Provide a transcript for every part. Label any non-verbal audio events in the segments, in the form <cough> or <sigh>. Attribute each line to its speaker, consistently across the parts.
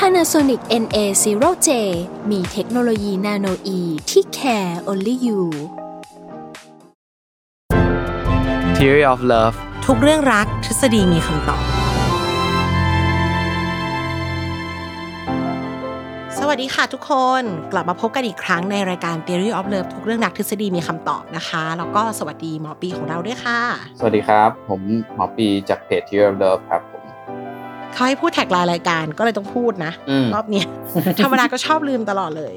Speaker 1: Panasonic NA0J มีเทคโนโลยีนาโนอีที่ care only you
Speaker 2: Theory of Love
Speaker 3: ทุกเรื่องรักทฤษฎีมีคำตอบ สวัสดีค่ะทุกคนกลับมาพบกันอีกครั้งในรายการ Theory of Love ทุกเรื่องรักทฤษฎีมีคำตอบนะคะ แล้วก็สวัสดีหมอปีของเราด้วยค่ะ
Speaker 4: สวัสดีครับ ผมหมอปีจากเพจ Tier of Love ครับผม
Speaker 3: เขาให้พูดแท็กรายรายการก็เลยต้องพูดนะ
Speaker 4: อืม
Speaker 3: รอบเนี้ย <laughs> ธรรมดาก็ชอบลืมตลอดเลย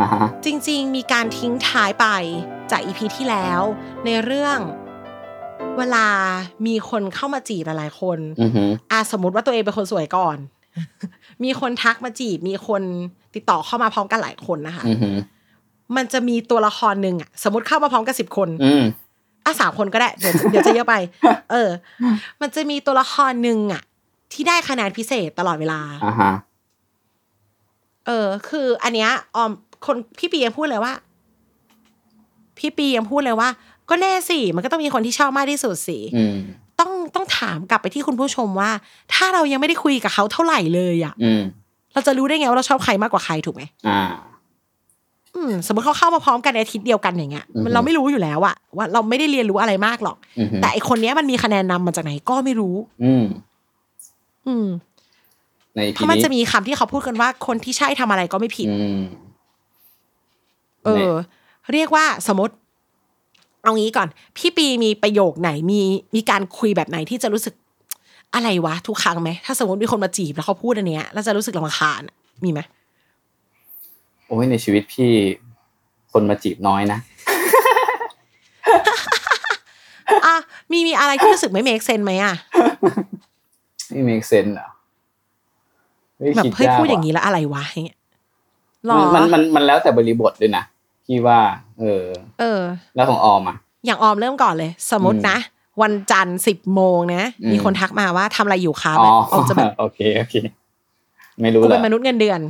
Speaker 4: อ่าฮะ
Speaker 3: จริงๆ มีการทิ้งท้ายไปจากอีพีที่แล้ว ในเรื่องเวลามีคนเข้ามาจีบหลายๆคน
Speaker 4: อือฮึ
Speaker 3: อ่ะสมมติว่าตัวเองเป็นคนสวยก่อน <laughs> มีคนทักมาจีบ มีคนติดต่อเข้ามาพร้อมกันหลายคนนะคะ
Speaker 4: อือฮึ
Speaker 3: มันจะมีตัวละครหนึ่งอะสมมติเข้ามาพร้อมกันสิบคน
Speaker 4: อืม
Speaker 3: อ่ะสามคนก็ได้ เดี๋ยวเดี๋ยวจะเยอะไป เอ
Speaker 4: <laughs>
Speaker 3: อ มันจะมีตัวละครหนึ่งอะที่ได้คะแนนพิเศษตลอดเวลา
Speaker 4: อ่าฮะ
Speaker 3: เออ คือ อันเนี้ยออมคนพี่ปียังพูดเลยว่า พี่ปียังพูดเลยว่า ก็แน่สิ มันก็ต้องมีคนที่ชอบมากที่สุดสิ
Speaker 4: อืม
Speaker 3: ต้องต้องถามกลับไปที่คุณผู้ชมว่า ถ้าเรายังไม่ได้คุยกับเขาเท่าไหร่เลยอะ
Speaker 4: อืม
Speaker 3: เราจะรู้ได้ไงว่าเราชอบใครมากกว่าใครถูกไหม
Speaker 4: อ่า
Speaker 3: อืมสมมติเขาเข้ามาพร้อมกันในอาทิตย์เดียวกันอย่างเงี้ย
Speaker 4: อือฮึ
Speaker 3: มันเราไม่รู้อยู่แล้วอะว่าเราไม่ได้เรียนรู้อะไรมากหรอก
Speaker 4: อือฮึ
Speaker 3: แต่ไอคนเนี้ยมันมีคะแนนนำมาจากไหนก็ไม่รู้
Speaker 4: อืม
Speaker 3: อืม
Speaker 4: ใน
Speaker 3: เพ
Speaker 4: พี
Speaker 3: ราะมัน
Speaker 4: นี้
Speaker 3: จะมีคำที่เขาพูดกันว่าคนที่ใช่ทำอะไรก็ไม่ผิด
Speaker 4: อืม
Speaker 3: เออ เรียกว่าสมมติเอางี้ก่อน พี่ปีมีประโยคไหนมีมีการคุยแบบไหนที่จะรู้สึกอะไรวะทุกครั้งไหมถ้าสมมติมีคนมาจีบแล้วเขาพูดอันเนี้ยแล้วจะรู้สึกรำคาญอะมีไหม
Speaker 4: โอ้ยในชีวิตพี่ คนมาจีบน้อยนะ
Speaker 3: อ่ะมีมีอะไรที่รู้สึกไม่เมคเซนไหมอ่ะ
Speaker 4: ไม่มีเซนเหรอฮ้
Speaker 3: แบบ
Speaker 4: คิ
Speaker 3: เฮ้ย
Speaker 4: ก
Speaker 3: พูดอย่าง
Speaker 4: ว่ะ
Speaker 3: นี้แล้วอะไรวะอย่างเงี้ยหรอ
Speaker 4: มันมันมันมันแล้วแต่บริบทด้วยนะ พี่ว่า เออ
Speaker 3: เออ
Speaker 4: แล้วของออมอ่ะ
Speaker 3: อย่างออมเริ่มก่อนเลย สมมตินะ วันจันทร์สิบโมงนะ
Speaker 4: อืม
Speaker 3: มีคนทักมาว่าทำอะไรอยู่คะ
Speaker 4: อ๋
Speaker 3: แบ
Speaker 4: อบ
Speaker 3: ออมจะแบบ
Speaker 4: โอเค โอเค ไม่รู้
Speaker 3: กู
Speaker 4: เลย
Speaker 3: เป็นมนุษย์เงินเดือน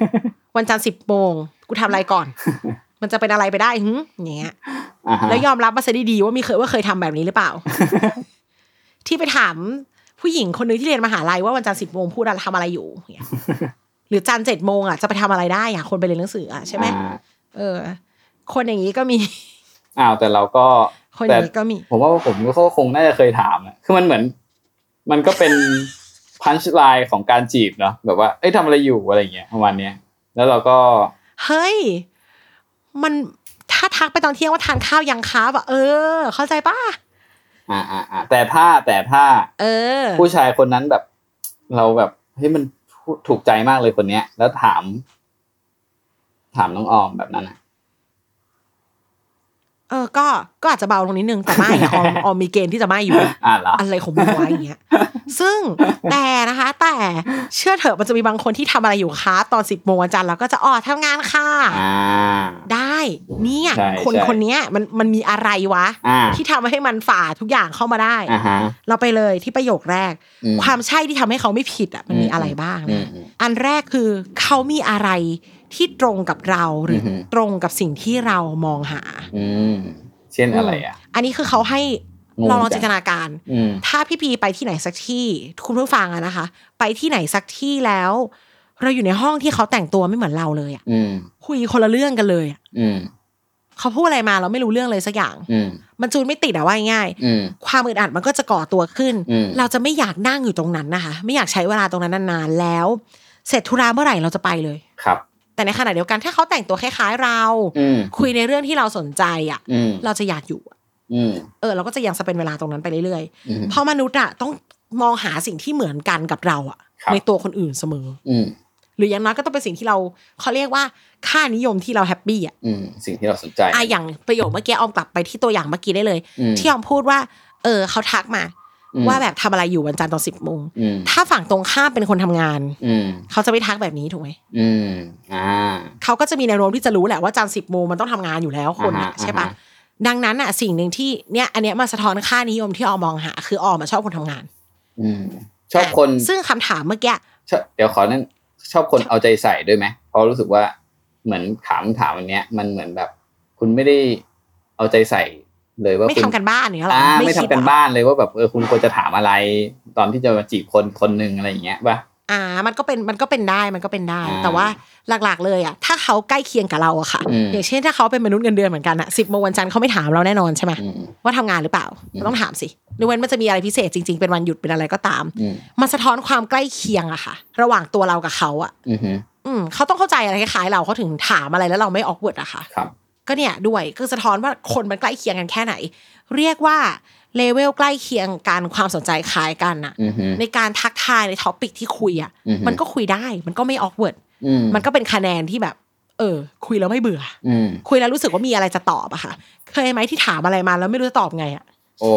Speaker 4: <laughs>
Speaker 3: วันจันทร์สิบโมงกูทำอะไรก่อน มันจะเป็นอะไรไปได้หึอย่างเงี้ย
Speaker 4: อ่าฮะ
Speaker 3: แล้วยอมรับมาซะดีๆว่ามีเคยว่าเคยทำแบบนี้หรือเปล่า
Speaker 4: <laughs>
Speaker 3: ที่ไปถามผู้หญิงคนหนึงที่เรียนมหาลัยว่าวันจันทร์สิบโมงพูดอะไรทำอะไรอยู่อย่างเงี้ย
Speaker 4: <laughs>
Speaker 3: หรือจันทร์เจ็ดโมงอ่ะจะไปทำอะไรได้อ่ะคนไปเรียนหนังสืออ่ะใช่ไหม
Speaker 4: อ่า
Speaker 3: เออ คนอย่างนี้ก็มี
Speaker 4: อ้าวแต่เราก็
Speaker 3: คนอ
Speaker 4: แต่
Speaker 3: ย่างนี้ก็มี
Speaker 4: ผมว่าผมก็คงน่าจะเคยถามอะคือมันเหมือน มันก็เป็น พันช์ไลน์ของการจีบเนาะ แบบว่า เอ้ยทำอะไรอยู่อะไรอย่างเงี้ยประมาณเนี้ย แล้วเราก็
Speaker 3: เฮ้ย มันถ้าทักไปตอนเที่ยงว่าทานข้าวยังคะแบบเออ เข้าใจป่ะ
Speaker 4: อ่าอ่าอ่าแต่ถ้าแต่ถ้า
Speaker 3: เออ
Speaker 4: ผู้ชายคนนั้นแบบ เราแบบ เฮ้ยมันถูกใจมากเลยคนเนี้ย แล้วถาม ถามน้องออมแบบนั้นอะ
Speaker 3: เออ ก็ก็อาจจะเบาลงนิดนึงแต่ไม่อะ
Speaker 4: <laughs>
Speaker 3: ออมออมมีเกณฑ์ที่จะไม่อยู่
Speaker 4: อ่าเหรอ
Speaker 3: อะไรของมึงวะอย่างเงี้ย
Speaker 4: <laughs>
Speaker 3: ซึ่งแต่นะคะ แต่เชื่อเถอะมันจะมีบางคนที่ทำอะไรอยู่คะตอนสิบโมงวันจันทร์แล้วก็จะอ๋อทำงานค่ะ
Speaker 4: อ่า
Speaker 3: ได้เนี่ย
Speaker 4: ใช่
Speaker 3: คน
Speaker 4: ใช่
Speaker 3: คนเนี้ยมันมันมีอะไรวะ
Speaker 4: อ่า
Speaker 3: ที่ทำให้มันฝ่าทุกอย่างเข้ามาได้
Speaker 4: อ่าฮะ
Speaker 3: เราไปเลยที่ประโยคแรก
Speaker 4: อืม
Speaker 3: ความใช่ที่ทำให้เขาไม่ผิดอ่ะมันมี
Speaker 4: อืม
Speaker 3: อะไรบ้าง
Speaker 4: อื
Speaker 3: นะ
Speaker 4: มอืม
Speaker 3: อันแรกคือเขามีอะไรที่ตรงกับเราหรืออ
Speaker 4: อฮึ
Speaker 3: ตรงกับสิ่งที่เรามองหา
Speaker 4: อืม เช่นอะไรอ่ะ
Speaker 3: อันนี้คือเขาให้
Speaker 4: งง
Speaker 3: เราลองจินต
Speaker 4: จัง
Speaker 3: นาการ
Speaker 4: อืม
Speaker 3: ถ้าพี่ปีไปที่ไหนสักที่คุณผู้ฟังอะนะคะ ไปที่ไหนสักที่แล้ว เราอยู่ในห้องที่เขาแต่งตัวไม่เหมือนเราเลยอะ
Speaker 4: อืม
Speaker 3: คุยคนละเรื่องกันเลยอะ
Speaker 4: อืม
Speaker 3: เขาพูดอะไรมาเราไม่รู้เรื่องเลยสักอย่าง
Speaker 4: อืม
Speaker 3: มันจูนไม่ติดอะว่าง่าย
Speaker 4: อืม
Speaker 3: ๆความอึดอัดมันก็จะก่อตัวขึ้น
Speaker 4: อืม
Speaker 3: เราจะไม่อยากนั่งอยู่ตรงนั้นนะคะ ไม่อยากใช้เวลาตรงนั้นนานๆแล้ว เสร็จธุระเมื่อไหร่เราจะไปเลย
Speaker 4: ครับ
Speaker 3: แต่ในขณะเดียวกันถ้าเขาแต่งตัวคล้ายๆเรา
Speaker 4: อืม
Speaker 3: คุยในเรื่องที่เราสนใจอ่ะ
Speaker 4: อืม
Speaker 3: เราจะอยากอยู่อะ
Speaker 4: อืม
Speaker 3: เออ เราก็จะยังสเปนเวลาตรงนั้นไปเรื่อย
Speaker 4: อืม
Speaker 3: ๆเพราะมนุษย์อ่ะต้องมองหาสิ่งที่เหมือนกันกับเราอ่ะ
Speaker 4: ครับ
Speaker 3: ในตัวคนอื่นเสมอ
Speaker 4: อืม
Speaker 3: หรืออย่างน้อยก็ต้องเป็นสิ่งที่เราเขาเรียกว่าค่านิยมที่เราแฮปปี้อ่ะ
Speaker 4: อืม สิ่งที่เราสนใจ
Speaker 3: อ่ะอย่างประโยคเมื่อกี้ออมกลับไปที่ตัวอย่างเมื่อกี้ได้เลย
Speaker 4: อืม
Speaker 3: ที่ออมพูดว่า เออเขาทักมา
Speaker 4: อืม
Speaker 3: ว่าแบบทำอะไรอยู่วันจันทร์ตอนสิบโมง
Speaker 4: อืม
Speaker 3: ถ้าฝั่งตรงข้ามเป็นคนทำงาน
Speaker 4: อืม
Speaker 3: เขาจะไม่ทักแบบนี้ถูกไหม
Speaker 4: อืมอ่า
Speaker 3: เขาก็จะมีแนวโน้มที่จะรู้แหละว่าจันทร์สิบโมงมันต้องทำงานอยู่แล้วคนอะ
Speaker 4: อ่าฮะ
Speaker 3: ใช่ปะ
Speaker 4: อ่าฮะ
Speaker 3: ดังนั้นอะสิ่งหนึ่งที่เนี่ยอันเนี้ยมาสะท้อนค่านิยมที่ออมมองหา คือออมอะชอบคนทำงาน
Speaker 4: อืมชอบคน
Speaker 3: ซึ่งคำถามเมื่อกี้
Speaker 4: ชอบเดี๋ยวขอนั่นชอบคนเอาใจใส่ด้วยไหมเพราะรู้สึกว่าเหมือนถามถามอันเนี้ย มันเหมือนแบบ คุณไม่ได้เอาใจใส่เลยว่า
Speaker 3: ไม่
Speaker 4: คุณ
Speaker 3: ทำกันบ้านอย่างเนี้ยหรอ
Speaker 4: อ่าไม่ทำ
Speaker 3: คิด
Speaker 4: กัน
Speaker 3: หรอ
Speaker 4: บ้านเลยว่าแบบเออคุณควรจะถามอะไร ตอนที่จะมาจีบคนคนหนึ่งอะไรอย่างเงี้ยป่ะ
Speaker 3: อ่า มันก็เป็นมันก็เป็นได้มันก็เป็นได้
Speaker 4: อ่า
Speaker 3: แต่ว่าหลักๆเลยอะถ้าเขาใกล้เคียงกับเราอะค่ะ
Speaker 4: อืม
Speaker 3: อย่างเช่นถ้าเขาเป็นมนุษย์เงินเดือนเหมือนกันอะสิบโมงวันจันทร์เขาไม่ถามเราแน่นอนใช่ไหม
Speaker 4: อืม
Speaker 3: ว่าทำงานหรือเปล่า
Speaker 4: อืม
Speaker 3: ก็ต้องถามสิหรือเว้นมันจะมีอะไรพิเศษจริงๆเป็นวันหยุดเป็นอะไรก็ตาม
Speaker 4: อืม
Speaker 3: มันสะท้อนความใกล้เคียงอะค่ะ ระหว่างตัวเรากับเขาอะ
Speaker 4: อืมฮึ
Speaker 3: อืมเขาต้องเข้าใจอะไรคล้ายๆเราเขาถึงถามอะไรแล้วเราไม่ออกเวิร์ดอะค่ะ
Speaker 4: ครับ
Speaker 3: ก็เนี่ยด้วยก็สะท้อนว่าคนมันใกล้เคียงกันแค่ไหน เรียกว่าเลเวลใกล้เคียงการความสนใจคล้ายกันอะ
Speaker 4: อืมฮึ
Speaker 3: ในการทักทายในท็อปิกที่คุยอ่ะ
Speaker 4: อืฮึ
Speaker 3: มันก็คุยได้ มันก็ไม่ออกเวิร์ด
Speaker 4: อืม
Speaker 3: มันก็เป็นคะแนนที่แบบ เออ คุยแล้วไม่เบื่อ
Speaker 4: อืม
Speaker 3: คุยแล้วรู้สึกว่ามีอะไรจะตอบอะค่ะ เคยไหมที่ถามอะไรมาแล้วไม่รู้จะตอบไงอะ
Speaker 4: โอ้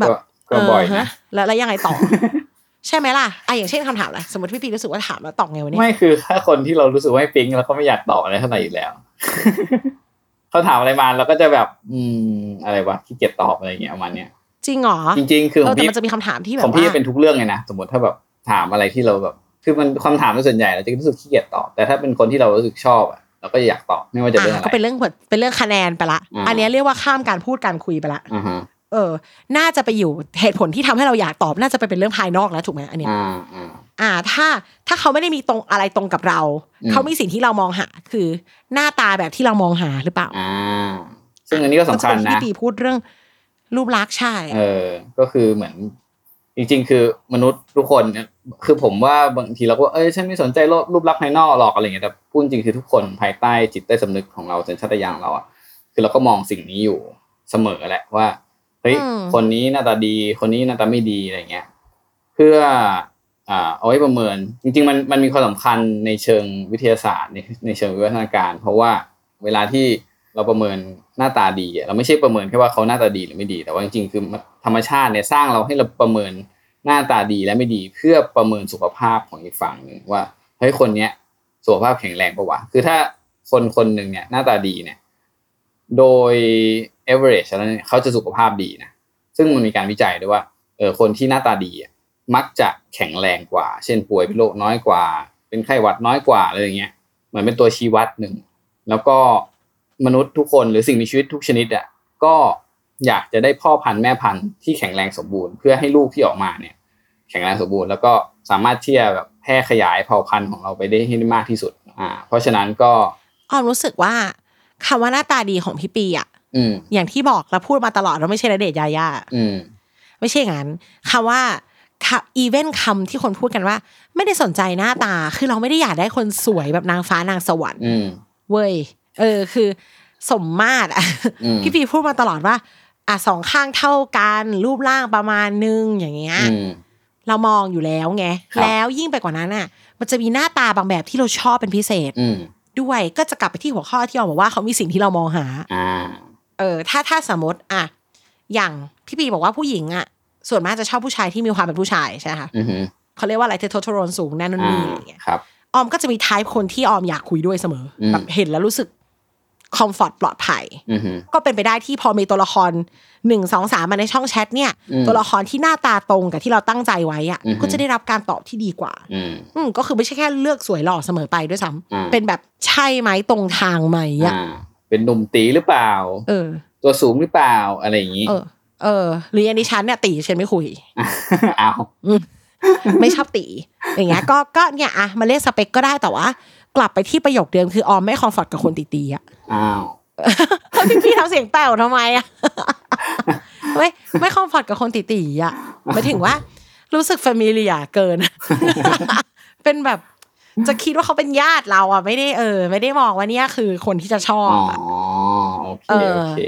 Speaker 3: แบบ
Speaker 4: ก็ก็บ่อย
Speaker 3: เฮ
Speaker 4: นะ
Speaker 3: แล้วแล้วยังไงต่อ <laughs> ใช่ไหมล่ะไอะอย่างเช่นคำถามอะไรสมมติพี่ปีรู้สึกว่าถามแล้วตอบไงวะเนี่ย
Speaker 4: ไม่คือถ้าคนที่เรารู้สึกว่าไม่ปิ๊งแล้วก็ไม่อยากตอบอะไรเท่าไหร่อยู่ <laughs> แล้ว เขาถามอะไรมาเราก็จะแบบ อืม อะไรวะขี้เกียจตอบอะไรอย่างเงี้ยประมาณเนี้ย
Speaker 3: จริงเหรอ
Speaker 4: จริง ๆ คือข
Speaker 3: เออ
Speaker 4: อง
Speaker 3: แต่
Speaker 4: พี่
Speaker 3: มันจะมีคำถามที่แบ
Speaker 4: ข
Speaker 3: บ
Speaker 4: อง
Speaker 3: ว่า
Speaker 4: พี่เป็นทุกเรื่องเลยนะสมมติถ้าแบบถามอะไรที่เราแบบ คือมันคำถามส่วนใหญ่เราจะรู้สึกขี้เกียจตอบ แต่ถ้าเป็นคนที่เรารู้สึกชอบอะเราก็อยากตอบไม่ว่าจะเรื่อง
Speaker 3: อ่ะ
Speaker 4: อะ
Speaker 3: ก็
Speaker 4: ไร
Speaker 3: เป็นเรื่องผลเป็นเรื่องคะแนนไปละ
Speaker 4: อ่า
Speaker 3: อันเนี้ยเรียกว่าข้ามการพูดการคุยไปละ
Speaker 4: อ่าฮะ
Speaker 3: เออ น่าจะไปอยู่เหตุผลที่ทำให้เราอยากตอบ น่าจะไปเป็นเรื่องภายนอกแล้วถูกไหมอันเนี้ย
Speaker 4: อ่าอ่า
Speaker 3: อ่าถ้าถ้าเขาไม่ได้มีตรงอะไรตรงกับเรา
Speaker 4: อืม
Speaker 3: เขามีสิ่งที่เรามองหา คือหน้าตาแบบที่เรามองหาหรือเปล่า
Speaker 4: อ่า ซึ่งอันนี้ก็สำคัญ
Speaker 3: ก็จเป็
Speaker 4: นะ
Speaker 3: ที่พี่ปีพูดเรื่องรูปลักษณ์ใช่
Speaker 4: เออ ก็คือเหมือน จริง ๆ คือมนุษย์ทุกคนเนี่ยคือผมว่าบางทีเราก็เอ้ยฉันไม่สนใจรูปรูปลักษณ์ภายนอกหรอกอะไรเงี้ยแต่พูดจริงคือทุกคนภายใต้จิตใต้สำนึกของเราสัญชาตญาณของเราอ่ะคือเราก็มองสิ่งนี้อยู่เสมอแหละว่าเฮ้ย
Speaker 3: อืม
Speaker 4: คนนี้หน้าตาดี คนนี้หน้าตาไม่ดีอะไรเงี้ย เพื่ออ่าเอาไว้ประเมิน จริง ๆ มันมันมีความสำคัญในเชิงวิทยาศาสตร์ในในเชิงวิวัฒนาการ เพราะว่าเวลาที่เราประเมินหน้าตาดีอะเราไม่ใช่ประเมินแค่ว่าเขาหน้าตาดีหรือไม่ดี แต่ว่าจริงๆคือมันธรรมชาติเนี่ยสร้างเราให้เราประเมินหน้าตาดีและไม่ดี เพื่อประเมินสุขภาพของอีกฝั่งหนึ่งว่าเฮ้ยคนเนี้ยสุขภาพแข็งแรงปะวะคือถ้าคนคนหนึ่งเนี่ยหน้าตาดีเนี่ยโดย average แล้วเนี่ยเขาจะสุขภาพดีนะซึ่งมันมีการวิจัยด้วยว่าเออคนที่หน้าตาดีอะ มักจะแข็งแรงกว่า เช่นป่วยเป็นโรคน้อยกว่า เป็นไข้หวัดน้อยกว่าอะไรอย่างเงี้ย เหมือนเป็นตัวชี้วัดหนึ่ง แล้วก็มนุษย์ทุกคนหรือสิ่งมีชีวิตทุกชนิดอ่ะ ก็อยากจะได้พ่อพันธุ์แม่พันธุ์ที่แข็งแรงสมบูรณ์เพื่อให้ลูกที่ออกมาเนี่ย แข็งแรงสมบูรณ์แล้วก็สามารถเที่จะแบบแพร่ขยายเผ่าพันธุ์ของเราไปได้ให้ได้มากที่สุด อ่า เพราะฉะนั้นก็
Speaker 3: ออมรู้สึกว่าคำว่าหน้าตาดีของพี่ปีอะ
Speaker 4: อืม
Speaker 3: อย่างที่บอกเราพูดมาตลอดเราไม่ใช่ระเดชน์ยาย่า
Speaker 4: อืม
Speaker 3: ไม่ใช่อย่างนั้นคำว่าอีเวนคำที่คนพูดกันว่า ไม่ได้สนใจหน้าตาคือเราไม่ได้อยากได้คนสวยแบบนางฟ้านางสวรรค์
Speaker 4: อืม
Speaker 3: เว้ย เออ คือ สมมาตรอะ
Speaker 4: อืม
Speaker 3: พี่ปีพูดมาตลอดว่า อ่ะสองข้างเท่ากัน รูปร่างประมาณนึง อย่างเงี้ย
Speaker 4: อืม
Speaker 3: เรามองอยู่แล้วไง
Speaker 4: ครับ
Speaker 3: แล้วยิ่งไปกว่านั้นอ่ะ มันจะมีหน้าตาบางแบบที่เราชอบเป็นพิเศษ
Speaker 4: อืม
Speaker 3: ด้วย ก็จะกลับไปที่หัวข้อที่เราบอกว่าเขามีสิ่งที่เรามองหา
Speaker 4: อ่า
Speaker 3: เออ ถ้าถ้าสมมติ อ่ะ อย่างพี่ปีบอกว่าผู้หญิงอ่ะ ส่วนมากจะชอบผู้ชายที่มีความเป็นผู้ชายใช่ไหมคะ
Speaker 4: อืม
Speaker 3: เขาเรียกว่าอะไรเทสโทสเตอโรนสูงแน่นอน
Speaker 4: อ่า
Speaker 3: นี่อะไรอย่างเงี้ย
Speaker 4: ครับ
Speaker 3: ออมก็จะมีไทป์คนที่ออมอยากคุยด้วยเสมออ
Speaker 4: ม
Speaker 3: แบบเห็นแล้วรู้สึกคอมฟอร์ตปลอดภัย
Speaker 4: อืม
Speaker 3: ก็เป็นไปได้ที่พอมีตัวละครหนึ่งสองสามมาในช่องแชทเนี่ย
Speaker 4: อืม
Speaker 3: ตัวละครที่หน้าตาตรงกับที่เราตั้งใจไว้อะ
Speaker 4: อือฮึ
Speaker 3: ก็จะได้รับการตอบที่ดีกว่า
Speaker 4: อืม
Speaker 3: อืมก็คือไม่ใช่แค่เลือกสวยหล่อเสมอไปด้วยซ้
Speaker 4: อ่า
Speaker 3: ำเป็นแบบใช่ไหมตรงทางไหมอะ
Speaker 4: อ่า เป็นหนุ่มตีหรือเปล่า
Speaker 3: เออ
Speaker 4: ตัวสูงหรือเปล่าอะไรอย่างนี้
Speaker 3: เอ
Speaker 4: <laughs>
Speaker 3: อ เออ หรืออย่างดิฉันเนี่ยตีฉันไม่คุย <laughs>
Speaker 4: อ้าว
Speaker 3: ไม่ชอบตีอย่างเงี้ยก็ก็เนี่ยอะมาเรียกสเปคก็ได้แต่ว่า กลับไปที่ประโยคเดิมคือออมไม่คอมฟอร์ตกับคนตีๆอะ <laughs>
Speaker 4: อ้าว
Speaker 3: พี่พี่ทำเสียงแป่วทำไมอ่ะ <laughs> ไม่ไม่คอมฟอร์ตกับคนตีตีๆอ่ะหมายถึงว่า รู้สึก f a มิ l ลียเกิน <laughs> เป็นแบบ จะคิดว่าเขาเป็นญาติเราอ่ะ ไม่ได้เออ ไม่ได้มองว่าเนี่ยคือคนที่จะชอ
Speaker 4: อ๋
Speaker 3: บ
Speaker 4: อ
Speaker 3: อะ
Speaker 4: โอเค
Speaker 3: เออ
Speaker 4: โอเค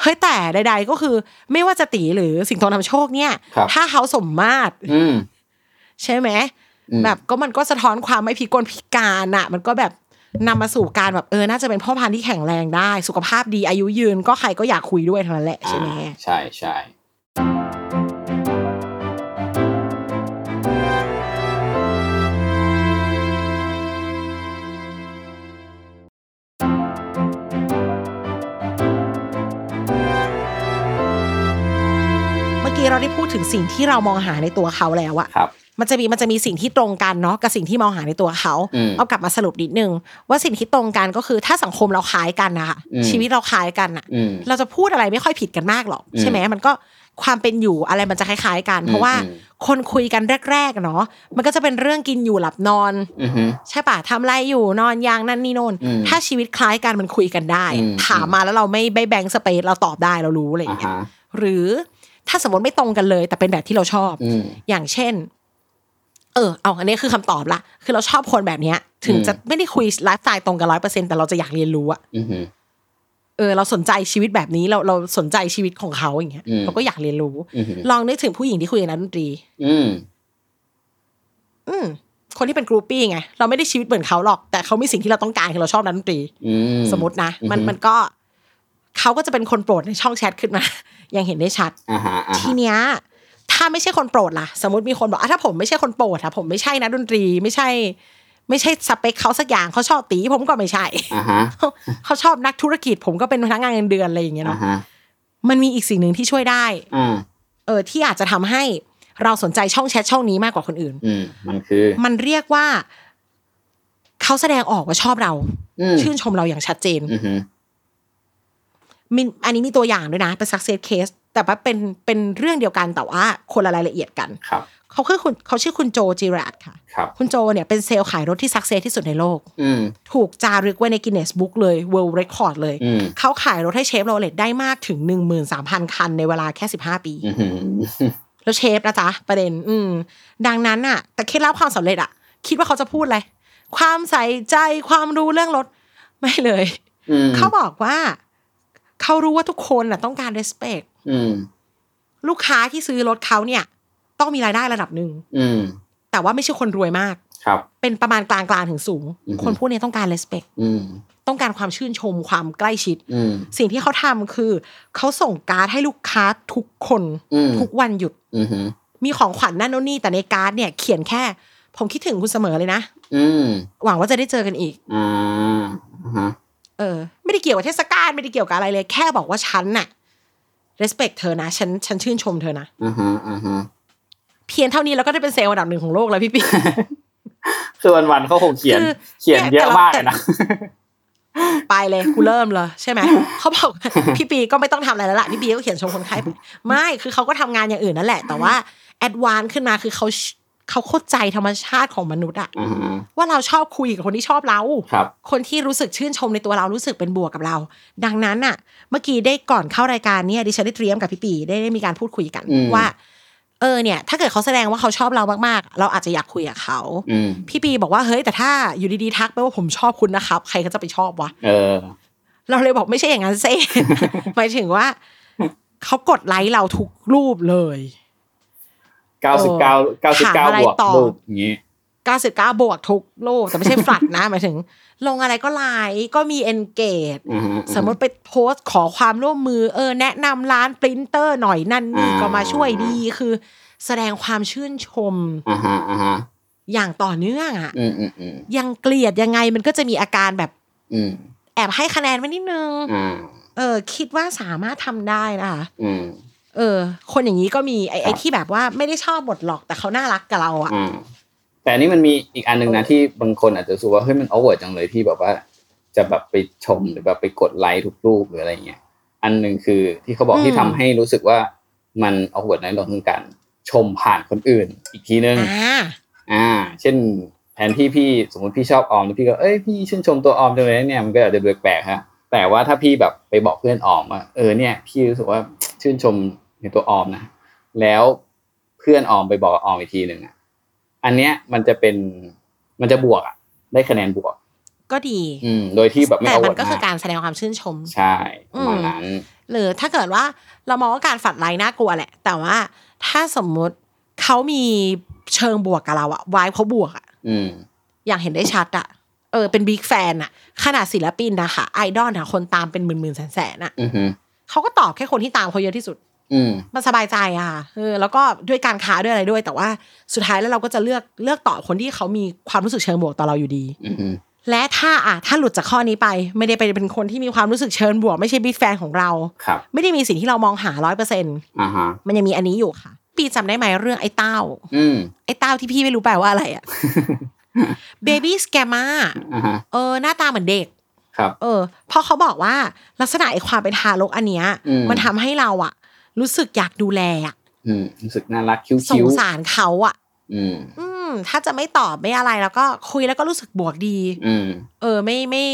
Speaker 3: เฮ้ยแต่ใด ๆ ก็คือ ไม่ว่าจะตีหรือสิงโตนำโชคเนี่ย
Speaker 4: ครับ
Speaker 3: ถ้าเขาสมมาตร
Speaker 4: อืม
Speaker 3: ใช่ไหม
Speaker 4: อืม
Speaker 3: แบบก็มันก็สะท้อนความไม่พิกลพิการอ่ะ มันก็แบบนำมาสู่การแบบเออน่าจะเป็นพ่อพันธุ์ที่แข็งแรงได้ สุขภาพดีอายุยืนก็ใครก็อยากคุยด้วยเท่านั้นแหละใช่ไหม
Speaker 4: อ่าใช่ใช่
Speaker 3: เราได้พูดถึงสิ่งที่เรามองหาในตัวเขาแล้วอะ
Speaker 4: ครับ
Speaker 3: มันจะมีมันจะมีสิ่งที่ตรงกันเนาะกับสิ่งที่มองหาในตัวเขา
Speaker 4: อืม
Speaker 3: เอากลับมาสรุปนิดนึง ว่าสิ่งที่ตรงกันก็คือถ้าสังคมเราคล้ายกันนะคะ
Speaker 4: อืม
Speaker 3: ชีวิตเราคล้ายกันอะ
Speaker 4: อืม
Speaker 3: เราจะพูดอะไรไม่ค่อยผิดกันมากหรอก
Speaker 4: อืม
Speaker 3: ใช่ไหมมันก็ความเป็นอยู่อะไรมันจะคล้าย ๆ กัน เพราะว่า
Speaker 4: อืม
Speaker 3: คนคุยกันแรกๆอะเนาะมันก็จะเป็นเรื่องกินอยู่หลับนอน
Speaker 4: อือฮึ
Speaker 3: ใช่ป่ะทำไรอยู่นอนยางนั่นนี่โน่น
Speaker 4: อืม
Speaker 3: ถ้าชีวิตคล้ายกันมันคุยกันได้
Speaker 4: อืม
Speaker 3: ถามมาแล้วเราไม่ไม่แบงค์สเปซเราตอบได้เรารู้อะไรอย่า
Speaker 4: อ่าง
Speaker 3: เงี้ย
Speaker 4: ฮะ
Speaker 3: หรือถ้าสมมติไม่ตรงกันเลย แต่เป็นแบบที่เราชอบ
Speaker 4: อืม
Speaker 3: อย่างเช่น เออ เอาอันนี้คือคำตอบละ คือเราชอบคนแบบเนี้ย ถึง
Speaker 4: อืม
Speaker 3: จะไม่ได้คุยไลฟ์สไตล์ตรงกันร้อยเปอร์เซ็นแต่เราจะอยากเรียนรู้อะ
Speaker 4: อือฮึ
Speaker 3: เออ เราสนใจชีวิตแบบนี้ เรา เราสนใจชีวิตของเขาอย่างเงี้ย
Speaker 4: อืม
Speaker 3: เราก็อยากเรียนรู้
Speaker 4: อือฮึ
Speaker 3: ลองนึกถึงผู้หญิงที่คุยกับนักดนตรี
Speaker 4: อืม
Speaker 3: อืม คนที่เป็นกรูปปี้ไง เราไม่ได้ชีวิตเหมือนเขาหรอก แต่เขามีสิ่งที่เราต้องการคือเราชอบนักดนตรี
Speaker 4: อืม
Speaker 3: สมมตินะ มัน
Speaker 4: อือฮึ
Speaker 3: มันก็ เขาก็จะเป็นคนโปรดในช่องแชทขึ้นมา <laughs> ยังเห็นได้ชัด
Speaker 4: อ่าฮะอ่า
Speaker 3: ที
Speaker 4: ฮะ
Speaker 3: เนี้ยถ้าไม่ใช่คนโปรดล่ะ สมมติมีคนบอกอ่ะถ้าผมไม่ใช่คนโปรดอะผมไม่ใช่นะดนตรีไม่ใช่ ไม่ใช่สเปคเขาสักอย่างเขาชอบตีผมก็ไม่ใช่ <laughs>
Speaker 4: อ่าฮะ
Speaker 3: เขาชอบนักธุรกิจ ผมก็เป็นพนักงานเงินเดือนอะไรอย่างเงี้ย
Speaker 4: อ่า
Speaker 3: เนาะ
Speaker 4: ฮะ
Speaker 3: มันมีอีกสิ่งหนึ่งที่ช่วยได้
Speaker 4: อ่า
Speaker 3: เออที่อาจจะทำให้เราสนใจช่องแชทช่องนี้มากกว่าคนอื่น
Speaker 4: อืมมันคือ
Speaker 3: มันเรียกว่าเขาแสดงออกว่าชอบเรา
Speaker 4: อืม
Speaker 3: ชื่นชมเราอย่างชัดเจน
Speaker 4: อือฮึ
Speaker 3: มีอันนี้มีตัวอย่างด้วยนะเป็น success case แต่ว่าเป็นเป็นเรื่องเดียวกันแต่ว่าคนละรายละเอียดกัน
Speaker 4: ครับ
Speaker 3: เขาคือคุณเขาชื่อคุณโจจิราดค่ะ
Speaker 4: ครับ
Speaker 3: คุณโจเนี่ยเป็นเซลล์ขายรถที่สักเซสที่สุดในโลก
Speaker 4: อืม
Speaker 3: ถูกจารึกไว้ในกินเนสบุ๊กเลย World Record เลย
Speaker 4: อืม
Speaker 3: เขาขายรถให้เชฟโรเลตได้มากถึง 13,000 คันในเวลาแค่ 15 ปี
Speaker 4: อือฮึ
Speaker 3: แล้วเชฟนะจ๊ะ ประเด็น อืม ดังนั้นอะแต่เคล็ดลับความสำเร็จอะคิดว่าเขาจะพูดอะไร ความใส่ใจความรู้เรื่องรถ ไม่เลย
Speaker 4: อืม
Speaker 3: เขาบอกว่า เขารู้ว่าทุกคนน่ะต้องการ respect
Speaker 4: อืม
Speaker 3: ลูกค้าที่ซื้อรถเขาเนี่ย ต้องมีรายได้ระดับหนึ่ง
Speaker 4: อืม
Speaker 3: แต่ว่าไม่ใช่คนรวยมาก
Speaker 4: ครับ
Speaker 3: เป็นประมาณกลางกลางๆถึงสูง
Speaker 4: อือฮึ
Speaker 3: คนพวกนี้ต้องการ respect
Speaker 4: อืม
Speaker 3: ต้องการความชื่นชมความใกล้ชิด
Speaker 4: อืม
Speaker 3: สิ่งที่เขาทำคือ เขาส่งการ์ดให้ลูกค้าทุกคน
Speaker 4: อืม
Speaker 3: ทุกวันหยุด
Speaker 4: อือฮึ
Speaker 3: มีของขวัญนั่นโน่นนี่แต่ในการ์ดเนี่ยเขียนแค่ ผมคิดถึงคุณเสมอเลยนะ
Speaker 4: อืม
Speaker 3: หวังว่าจะได้เจอกันอีก
Speaker 4: อ่าอ่าฮะ
Speaker 3: เออ ไม่ได้เกี่ยวกับเทศกาลไม่ได้เกี่ยวกับอะไรเลย แค่บอกว่าฉันน่ะ respect เธอนะฉันฉันชื่นชมเธอนะ
Speaker 4: อ่าฮะอ่าฮะ
Speaker 3: เพียงเท่านี้เราก็ได้เป็นเซลล์อันดับหนึ่งของโลกแล้วพี่ปี
Speaker 4: คือวันวันๆเขาคงเขียน
Speaker 3: คือ
Speaker 4: เขียน
Speaker 3: เนี่ย
Speaker 4: เยอะมากเล
Speaker 3: แต่
Speaker 4: ยนะ
Speaker 3: ละไปเลยกูเริ่มเลยใช่ไหม เขาบอก <laughs> พี่ปีก็ไม่ต้องทำอะไรแล้วล่ะพี่ปีก็เขียนชมคนไข้ไปไม่คือเขาก็ทำงานอย่างอื่นนั่นแหละ แต่ว่าแอดวานขึ้นมาคือเขาเขาเข้าใจธรรมชาติของมนุษย์อะ
Speaker 4: อ่าฮะ
Speaker 3: ว่าเราชอบคุยกับคนที่ชอบเรา
Speaker 4: ครับ
Speaker 3: คนที่รู้สึกชื่นชมในตัวเรารู้สึกเป็นบวกกับเรา ดังนั้นอะเมื่อกี้ได้ก่อนเข้ารายการเนี่ยดิฉันได้เตรียมกับพี่ปีได้ได้มีการพูดคุยกัน
Speaker 4: อืม
Speaker 3: ว่า เออเนี่ย ถ้าเกิดเขาแสดงว่าเขาชอบเรามากๆ เราอาจจะอยากคุยกับเขา
Speaker 4: อืม
Speaker 3: พี่ปีบอกว่าเฮ้ยแต่ถ้าอยู่ดีๆทักไปว่าผมชอบคุณนะครับใครก็จะไปชอบวะ
Speaker 4: เออ
Speaker 3: เราเลยบอกไม่ใช่อย่างนั้นเซ่ หมายถึงว่า เขากดไลค์เราทุกรูปเลย
Speaker 4: เก้าสิบเก้าเก้าสิบ
Speaker 3: ถา
Speaker 4: เก้าม
Speaker 3: อะไร
Speaker 4: บวก
Speaker 3: ต่อ
Speaker 4: ลูกอย่างงี้
Speaker 3: 99 บวกทุกรูป แต่ไม่ใช่ฟลัดนะ หมายถึง ลงอะไรก็ไลค์ก็มี engage
Speaker 4: อือฮึ
Speaker 3: สมมติไปโพสต์ขอความร่วมมือ เออ แนะนำร้านปรินเตอร์หน่อยนั่นนี่ก็มาช่วยดีคือ แสดงความชื่นชม
Speaker 4: อ่าฮะอ่าฮะ
Speaker 3: อย่างต่อเนื่องอะ
Speaker 4: อืมอืมอืม
Speaker 3: ยังเกลียดยังไงมันก็จะมีอาการแบบ
Speaker 4: อืม
Speaker 3: แอบให้คะแนนไว้นิดนึง
Speaker 4: อ่า
Speaker 3: เออ คิดว่าสามารถทำได้นะคะ
Speaker 4: อืม
Speaker 3: เออ คนอย่างนี้ก็มีไอ้
Speaker 4: ครับ
Speaker 3: ไอ้ที่แบบว่าไม่ได้ชอบหมดหรอกแต่เขาน่ารักกับเราอะ
Speaker 4: อ่าแต่อันนี้มันมีอีกอันหนึ่งนะที่บางคนอาจจะรู้สึกว่าเฮ้ยมันโอเวอร์จังเลยที่แบบว่า จะแบบไปชมหรือแบบไปกดไลค์ทุกรูปหรืออะไรเงี้ยอันหนึ่งคือที่เขาบอกที่ทำให้รู้สึกว่ามันโอเวอร์น้อยลงคือการชมผ่านคนอื่น อีกทีนึง
Speaker 3: อ่า
Speaker 4: อ่า เช่นแทนที่พี่สมมติพี่ชอบออมแล้วพี่ก็เอ้ยพี่ชื่นชมตัวออมจังเลยนะเนี่ยมันก็อาจจะแปลกๆฮะแต่ว่าถ้าพี่แบบไปบอกเพื่อนออมว่าเออเนี่ย พี่รู้สึกว่าชื่นชมในตัวออมนะแล้วเพื่อนออมไปบอกออมอีกทีหนึ่งอ่ะอันเนี้ยมันจะเป็นมันจะบวกอ่ะได้คะแนนบวก
Speaker 3: ก็ดี
Speaker 4: อืม โดยที่แบบไม่
Speaker 3: แต่
Speaker 4: เอา
Speaker 3: มั
Speaker 4: วน
Speaker 3: ก็คือ
Speaker 4: มาก
Speaker 3: การแสดงความชื่นชม
Speaker 4: ใช่ประมาณนั้น
Speaker 3: หรือถ้าเกิดว่าเรามองว่าการฝัดไลน์น่ากลัวแหละ แต่ว่าถ้าสมมุติเขามีเชิงบวกกับเราอะวายเขาบวกอะ
Speaker 4: อืม
Speaker 3: อย่างเห็นได้ชัดอะเออเป็นบิ๊กแฟนอะขนาดศิลปินนะคะไอดอลอะคนตามเป็นหมื่นๆแสนๆอะ
Speaker 4: อือหือ
Speaker 3: เขาก็ตอบแค่คนที่ตามเขาเยอะที่สุด
Speaker 4: อืม
Speaker 3: มันสบายใจอะเออแล้วก็ด้วยการค้าด้วยอะไรด้วย แต่ว่าสุดท้ายแล้วเราก็จะเลือกเลือกต่อคนที่เขามีความรู้สึกเชิงบวกต่อเราอยู่ดี
Speaker 4: อือหือ
Speaker 3: และถ้าอ่ะถ้าหลุดจากข้อนี้ไป ไม่ได้ไปเป็นคนที่มีความรู้สึกเชิญบวก ไม่ใช่บิ๊กแฟนของเรา
Speaker 4: ครับ
Speaker 3: ไม่ได้มีสิ่งที่เรามองหาร้อยเปอร์เซ็น
Speaker 4: อ่าฮะ
Speaker 3: มันยังมีอันนี้อยู่ค่ะ ปีจำได้ไหมเรื่องไอ้เต้า
Speaker 4: อืม <laughs>
Speaker 3: ไอ้เต้าที่พี่ไม่รู้แปลว่าอะไรอะ เบบี้สแกมา
Speaker 4: อ่าฮะ
Speaker 3: เออหน้าตาเหมือนเด็ก
Speaker 4: ครับ
Speaker 3: เออเพราะเขาบอกว่าลักษณะไอ้ความเป็นทารกอันเนี้ย
Speaker 4: อืม
Speaker 3: มันทำให้เราอะรู้สึกอยากดูแลอะ
Speaker 4: อืมรู้สึกน่ารักคิ้ว
Speaker 3: ส
Speaker 4: คิ้
Speaker 3: ง
Speaker 4: ว
Speaker 3: สารเขาอะ
Speaker 4: อืม
Speaker 3: อืม ถ้าจะไม่ตอบไม่อะไรแล้วก็คุยแล้วก็รู้สึกบวกดี
Speaker 4: อืม
Speaker 3: เออไม่ไม่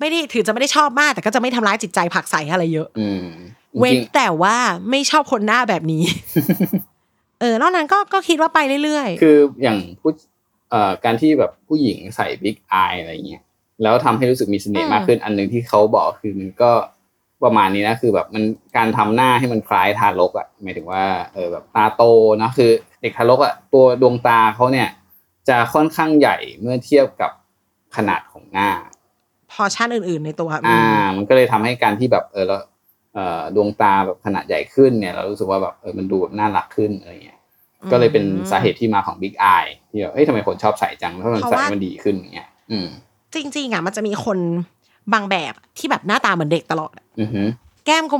Speaker 3: ไม่ได้ถือจะไม่ได้ชอบมาก แต่ก็จะไม่ทำร้ายจิตใจผลักใส่อะไรเยอะ
Speaker 4: อืม
Speaker 3: เว้น
Speaker 4: จริง
Speaker 3: แต่ว่าไม่ชอบคนหน้าแบบนี้ <laughs> เออนอกนั้นก็ก็คิดว่าไปเรื่อย
Speaker 4: ๆคืออย่างผู้เอ่อการที่แบบผู้หญิงใส่บิ๊กอายอะไรเงี้ยแล้วทำให้รู้สึกมีเสน่ห์มากขึ้น อันหนึ่งที่เขาบอกคือมันก็ประมาณนี้นะคือแบบมันการทำหน้าให้มันคล้ายทารกอะ่ะหมายถึงว่าเออแบบตาโตนะคือเด็กทารกอะ่ะตัวดวงตาเขาเนี่ย จะค่อนข้างใหญ่เมื่อเทียบกับขนาดของหน้า
Speaker 3: ๆ พอชั่นอื่น ๆ ในตัว
Speaker 4: อ่า มันก็เลยทำให้การที่แบบเออแล้วเอ่อดวงตาแบบขนาดใหญ่ขึ้นเนี่ย เรารู้สึกว่าแบบเออมันดูแบบน่ารักขึ้นอะไรเงี้ย
Speaker 3: อืม
Speaker 4: ก็เลยเป็นสาเหตุที่มาของ Big Eye ที่แบบเอ้ยทำไมคนชอบใส่จังเพราะมัน
Speaker 3: เพราะ
Speaker 4: ใส่
Speaker 3: ว่า
Speaker 4: มันดีขึ้นอย่างเงี้ย อืม
Speaker 3: จริงๆอ่ะมันจะมีคนบางแบบที่แบบหน้าตาเหมือนเด็กตลอดอะ
Speaker 4: อือหือ
Speaker 3: แก้มกล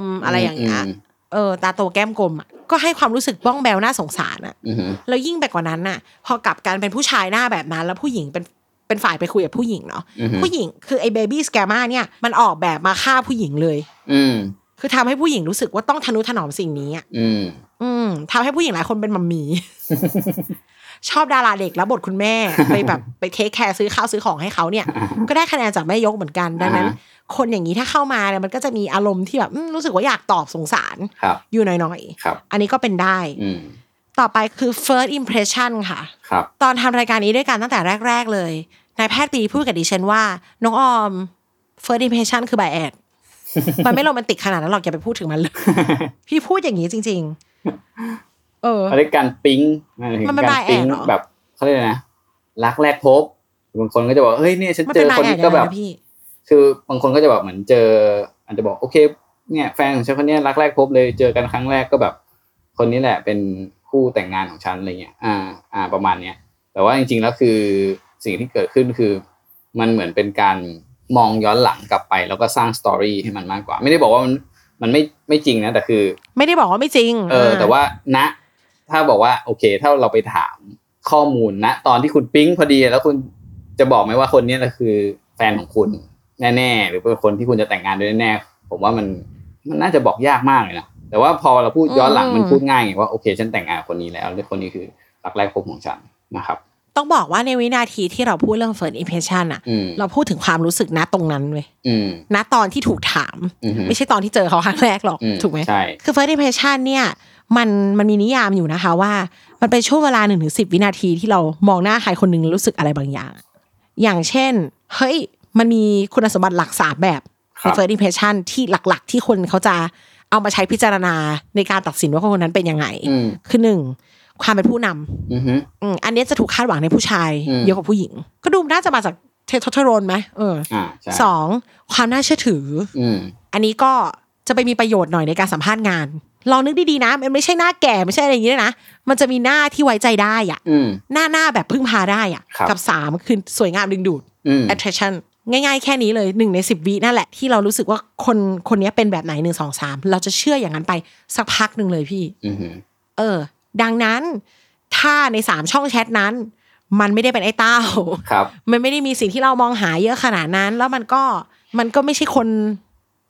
Speaker 3: มๆอะไรอย่างเงี้ย
Speaker 4: ม
Speaker 3: เออตาโตแก้มกลมอะก็ให้ความรู้สึกบ้องแบวน่าสงสารอ่ะ
Speaker 4: อือหือ
Speaker 3: แล้วยิ่งไปกว่านั้นน่ะ พอกลับการเป็นผู้ชายหน้าแบบนั้น แล้วผู้หญิงเป็นเป็นฝ่ายไปคุยกับผู้หญิงเนาะ
Speaker 4: อือหือ
Speaker 3: ผู้หญิงคือไอ้เบบี้สแกมาเนี่ยมันออกแบบมาฆ่าผู้หญิงเลย
Speaker 4: อืม
Speaker 3: คือทำให้ผู้หญิงรู้สึกว่าต้องทนุถนอมสิ่งนี้อ่ะ
Speaker 4: อืม
Speaker 3: อืมทำให้ผู้หญิงหลายคนเป็นมัมมี่ <laughs> ชอบดาราเด็กแล้วบทคุณแม่ ไปแบบไปเทคแคร์ซื้อข้าวซื้อของให้เขาเนี่ย ก็ได้คะแนนจากแม่ยกเหมือนกันดังนั้น คนอย่างนี้ถ้าเข้ามาเนี่ยมันก็จะมีอารมณ์ที่แบบอืมรู้สึกว่าอยากตอบสงสาร
Speaker 4: ครับ
Speaker 3: อยู่หน่อย
Speaker 4: ครับ
Speaker 3: ๆ อันนี้ก็เป็นได้
Speaker 4: อืม
Speaker 3: ต่อไปคือ first impression ค่ะ
Speaker 4: ครับ
Speaker 3: ตอนทำรายการนี้ด้วยกันตั้งแต่แรก ๆ เลยนายแพทย์ปีพูดกับดิฉันว่า น้องออม first impression คือ by ad <laughs> มันไม่โรแมนติกขนาดนั้นหรอกอย่าไปพูดถึง
Speaker 4: <laughs>
Speaker 3: มันเลย พี่พูดอย่างนี้จริง ๆ เออ
Speaker 4: <laughs> อะไรการปิ๊งนั่นคือ
Speaker 3: มันเป็น
Speaker 4: การ
Speaker 3: by ad
Speaker 4: ปิ๊ง
Speaker 3: เหรอ
Speaker 4: แบบเขาเรียกอะไรนะรักแรกพบบางคนก็จะบอกเฮ้ยเนี่ยฉัน
Speaker 3: มัน
Speaker 4: เจ
Speaker 3: เป็น
Speaker 4: อ
Speaker 3: ราย
Speaker 4: คน
Speaker 3: แอด
Speaker 4: นี้
Speaker 3: กั
Speaker 4: ก็
Speaker 3: น
Speaker 4: แบบ
Speaker 3: นะพี่
Speaker 4: คือบางคนก็จะแบบเหมือนเจออาจจะบอกโอเค เนี่ยแฟนของฉันคนเนี้ยรักแรกพบเลยเจอกันครั้งแรกก็แบบ คนนี้แหละเป็นคู่แต่งงานของฉันอะไรเงี้ยอ่าอ่าประมาณเนี้ยแต่ว่าจริงๆแล้วคือสิ่งที่เกิดขึ้นคือ มันเหมือนเป็นการมองย้อนหลังกลับไป แล้วก็สร้างสตอรี่ให้มันมากกว่า ไม่ได้บอกว่ามันมันไม่ไม่จริงนะแต่คือ
Speaker 3: ไม่ได้บอกว่าไม่จริง
Speaker 4: เออ แต่ว่าณถ้าบอกว่าโอเค ถ้าเราไปถามข้อมูลณตอนที่คุณปิ๊งพอดีแล้วคุณจะบอกไหมว่าคนเนี้ยน่ะคือแฟนของคุณแน่ๆหรือเป็นคนที่คุณจะแต่งงานด้วยแน่ๆผมว่ามันมันน่าจะบอกยากมากเลยนะแต่ว่าพอเราพูดย้อนหลังมันพูดง่ายไงว่าโอเคฉันแต่งงานกับคนนี้แล้วและคนนี้คือรักแรกพบของฉันนะครับ
Speaker 3: ต้องบอกว่าในวินาทีที่เราพูดเรื่อง first impression อะ
Speaker 4: อืม
Speaker 3: เราพูดถึงความรู้สึกณตรงนั้นเว้ย
Speaker 4: อืม
Speaker 3: ณตอนที่ถูกถาม
Speaker 4: อื
Speaker 3: ไม่ใช่ตอนที่เจอเขาครั้งแรกหรอก
Speaker 4: อื
Speaker 3: ถูกไหม
Speaker 4: ใช่
Speaker 3: คือ first impression เนี่ยมันมันมีนิยามอยู่นะคะว่า มันเป็นช่วงเวลาหนึ่งถึงสิบวินาทีที่เรามองหน้าใครคนหนึ่งแล้วรู้สึกอะไรบางอย่าง อย่างเช่น เฮ้ย มันมีคุณสมบัติหลักสามแบบ
Speaker 4: ค
Speaker 3: ใน
Speaker 4: รับ
Speaker 3: first impression ที่หลักๆ ที่คนเขาจะเอามาใช้พิจารณาในการตัดสินว่าคนคนนั้นเป็นยังไง
Speaker 4: อืม
Speaker 3: คือหนึ่งความเป็นผู้นำ
Speaker 4: อือฮึ
Speaker 3: อืมอันเนี้ยจะถูกคาดหวังในผู้ชาย
Speaker 4: อืม
Speaker 3: เยอะกว่าผู้หญิง ก็ดูน่าจะมาจากเทสโทสเตอโรนไหมเออ
Speaker 4: อ่าใช่
Speaker 3: สองความน่าเชื่อถือ
Speaker 4: อืม
Speaker 3: อันนี้ก็จะไปมีประโยชน์หน่อยในการสัมภาษณ์งาน ลองนึกดีๆนะ มันไม่ใช่หน้าแก่ไม่ใช่อะไรอย่างนี้ด้วยนะ มันจะมีหน้าที่ไว้ใจได้อะ
Speaker 4: อืม
Speaker 3: หน้าหน้าแบบพึ่งพาได้อะ
Speaker 4: ครับ
Speaker 3: กับสามคือสวยงามดึงดูด
Speaker 4: อืม
Speaker 3: attraction ง่ายๆ แค่นี้เลยหนึ่งในสิบวินั่นแหละที่เรารู้สึกว่าคนคนนี้เป็นแบบไหนหนึ่งสองสามเราจะเชื่ออย่างนั้นไปสักพักหนึ่งเลยพี่
Speaker 4: อือฮึ
Speaker 3: เออ ดังนั้น ถ้าในสามช่องแชทนั้น มันไม่ได้เป็นไอ้เต้า
Speaker 4: ครับ
Speaker 3: มันไม่ได้มีสิ่งที่เรามองหาเยอะขนาดนั้น แล้วมันก็มันก็ไม่ใช่คน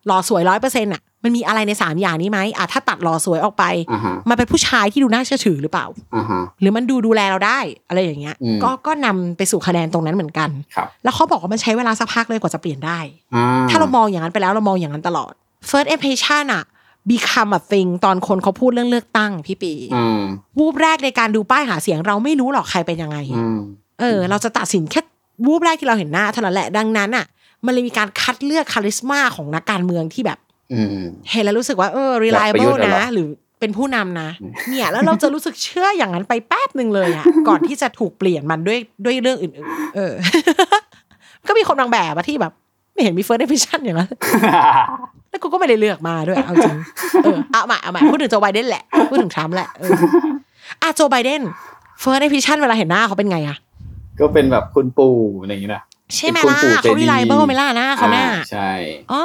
Speaker 3: หล่อสวยร้อยเปอร์เซ็นต์อ่ะ มันมีอะไรในสามอย่างนี้ไหมอ่ะถ้าตัดหล่อสวยออกไป
Speaker 4: อ่าฮะ
Speaker 3: มันเป็นผู้ชายที่ดูน่าเชื่อถือหรือเปล่า
Speaker 4: อ่าฮะ
Speaker 3: หรือมันดูดูแลเราได้อะไรอย่างเงี้ย
Speaker 4: อืม
Speaker 3: ก็ก็นำไปสู่คะแนนตรงนั้นเหมือนกัน
Speaker 4: ครับ
Speaker 3: แล้วเขาบอกว่ามันใช้เวลาสักพักเลยกว่าจะเปลี่ยนได้
Speaker 4: อ่า
Speaker 3: ถ้าเรามองอย่างนั้นไปแล้วเรามองอย่างนั้นตลอด first impression อ่ะ become a thing ตอนคนเขาพูดเรื่องเลือกตั้งพี่ปี
Speaker 4: อืม
Speaker 3: วูบแรกในการดูป้ายหาเสียงเราไม่รู้หรอกใครเป็นยังไง
Speaker 4: อืม
Speaker 3: เออเราจะตัดสินแค่วูบแรกที่เราเห็นหน้าเท่านั้นแหละดังนั้นอ่ะ มันเลยมีการคัดเลือกคาริสมาของนักการเมืองที่แบบ
Speaker 4: อืม
Speaker 3: เห็นแล้วรู้สึกว่าเออ
Speaker 4: ประยุท
Speaker 3: reliable
Speaker 4: ธ์เหรอ
Speaker 3: นะ หรือเป็นผู้นำนะ เนี่ยแล้วเราจะรู้สึกเชื่ออย่างนั้นไปแป๊บหนึ่งเลย
Speaker 4: <laughs>
Speaker 3: อ่ะ ก่อนที่จะถูกเปลี่ยนมันด้วยด้วยเรื่องอื่นๆ เออ <laughs> ก็มีคนบางแบบอะที่แบบ ไม่เห็นมีเฟิร์สเดฟิชันอย่างนั้นแล้วกูก็ไม่ได้เลือกมาด้วยเอาจริงเออเอามาเอามาพูดถึงโจไบเดนแหละพูดถึงทรัมป์แหละเอออ่ะโจไบเดนเฟิร์สเดฟิชันเวลาเห็นหน้าเขาเป็นไงอะ
Speaker 4: ก็เป็นแบบคุณปู่อะไรอย่างนี้นะ
Speaker 3: ใช่ไหม
Speaker 4: คุณ
Speaker 3: ล่ะ
Speaker 4: ปู่ใจ
Speaker 3: เขา
Speaker 4: ดี
Speaker 3: reliable ไหมล่ะหน้าเขาหน้า
Speaker 4: อ่ใช่
Speaker 3: อ๋อ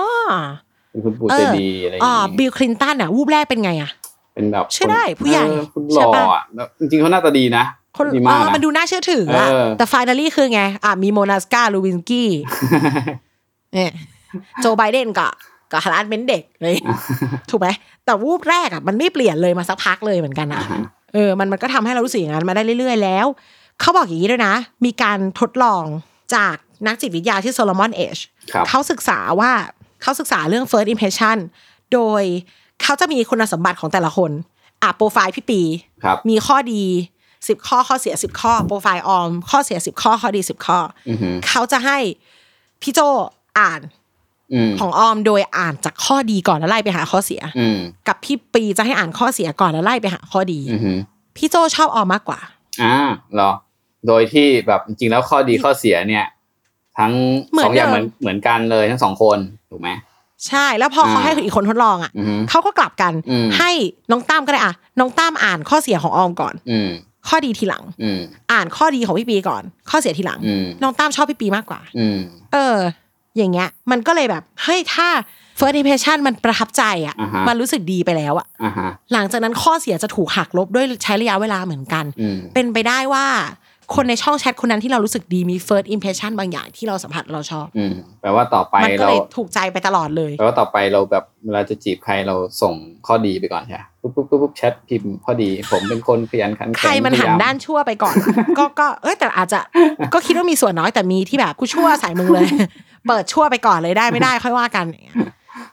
Speaker 4: เป็นคุณปู่
Speaker 3: เออ
Speaker 4: ใจดีอะไรอย่าง
Speaker 3: อ๋อบิ
Speaker 4: งี้
Speaker 3: ลคลินตันอ่ะ วูบแรกเป็นไงอ่ะ
Speaker 4: เป็นแบบ
Speaker 3: เชื่อได้
Speaker 4: คน
Speaker 3: ผู้ใหญ่
Speaker 4: เออคุณหล่
Speaker 3: ใช่
Speaker 4: อ
Speaker 3: ปะ
Speaker 4: อ่ะแล้วจริงๆเขาหน้าตาดีนะ
Speaker 3: คน
Speaker 4: ดี
Speaker 3: อ๋
Speaker 4: มาก
Speaker 3: อ
Speaker 4: นะ
Speaker 3: มันดูน่าเชื่อถืออ่ะ
Speaker 4: เออ
Speaker 3: แต่ฟ i น a ลี่คือไง อ่ะ มีโมนาสกาลูวินกี้เนี่ยโจไบเดนก็ก็ฮาร์ดเมนเด็ก
Speaker 4: <laughs>
Speaker 3: เลย ถูกไหม แต่วูบแรกอ่ะ มันไม่เปลี่ยนเลยมาสักพักเลยเหมือนกันอ่ะ เออ มันมันก็ทำให้เรารู้สึกอย่างนั้นมาได้เรื่อยๆแล้ว เขาบอกอย่างนี้ด้วยนะ มีการทดลองจากนักจิตวิทยาที่โซโลมอนเอช
Speaker 4: ครับ
Speaker 3: เขาศึกษาว่าเขาศึกษาเรื่อง first impression โดยเขาจะมีคุณสมบัติของแต่ละคน อ่ะโปรไฟล์พี่ปี
Speaker 4: ครับ
Speaker 3: มีข้อดี 10 ข้อข้อเสีย 10 ข้อ โปรไฟล์ออม ข้อเสีย 10 ข้อข้อดี 10 ข้อ
Speaker 4: อือหือ
Speaker 3: เขาจะให้พี่โจอ่าน
Speaker 4: อืม
Speaker 3: ของออมโดยอ่านจากข้อดีก่อนแล้วไล่ไปหาข้อเสีย
Speaker 4: อืม
Speaker 3: กับพี่ปีจะให้อ่านข้อเสียก่อนแล้วไล่ไปหาข้อดี
Speaker 4: อือหือ
Speaker 3: พี่โจชอบออมมากกว่า
Speaker 4: อ่าเหรอ โดยที่แบบจริงๆแล้วข้อดีข้อเสียเนี่ย ทั้ง
Speaker 3: เหมื
Speaker 4: ส
Speaker 3: อ
Speaker 4: อ
Speaker 3: น
Speaker 4: งอย่างเหมื
Speaker 3: เดิม
Speaker 4: อนเหมือนกันเลยทั้งสองคนถูกไหม
Speaker 3: ใช่ แล้วพอเขา
Speaker 4: อ่า
Speaker 3: ให้คนอีกคนทดลองอ่ะ
Speaker 4: อือหือ
Speaker 3: เขาก็กลับกัน
Speaker 4: อืม
Speaker 3: ให้น้องตั้มก็ได้อ่ะ น้องตั้มอ่านข้อเสียของออมก่อน
Speaker 4: อืม
Speaker 3: ข้อดีทีหลัง
Speaker 4: อืม
Speaker 3: อ่านข้อดีของพี่ปีก่อน ข้อเสียทีหลัง
Speaker 4: อืม
Speaker 3: น้องตั้มชอบพี่ปีมากกว่า
Speaker 4: อืม
Speaker 3: เออ อย่างเงี้ย มันก็เลยแบบ เฮ้ย ถ้า first impression มันประทับใจอะ
Speaker 4: อ่าฮะ
Speaker 3: มันรู้สึกดีไปแล้วอะ
Speaker 4: อ่าฮะ
Speaker 3: หลังจากนั้นข้อเสียจะถูกหักลบด้วยใช้ระยะเวลาเหมือนกัน
Speaker 4: อืม
Speaker 3: เป็นไปได้ว่า คนในช่องแชทคนนั้นที่เรารู้สึกดีมี first impression บางอย่างที่เราสัมผัสเราชอบ
Speaker 4: อืมแปลว่าต่อไป
Speaker 3: มัก็
Speaker 4: เรา
Speaker 3: เลยถูกใจไปตลอดเลย
Speaker 4: แปลว่าต่อไปเราแบบเวลาจะจีบใครเราส่งข้อดีไปก่อนใช่ไหมปุ๊บปุ๊บปุ๊บปุ๊บแชทพิมพ์ข้อดี ผมเป็นคนขยันขันแข็ง
Speaker 3: ใครมันหัน
Speaker 4: พยย
Speaker 3: ด้านชั่วไป <laughs> ก่อน ก็ก็เอ้ยแต่อาจจะก็คิดว่ามีส่วนน้อยแต่มีที่แบบกูชั่วใส่มึงเลย <laughs> เปิดชั่วไปก่อนเลยได้ไม่ได้ค่อยว่ากันอย่างเงี้ย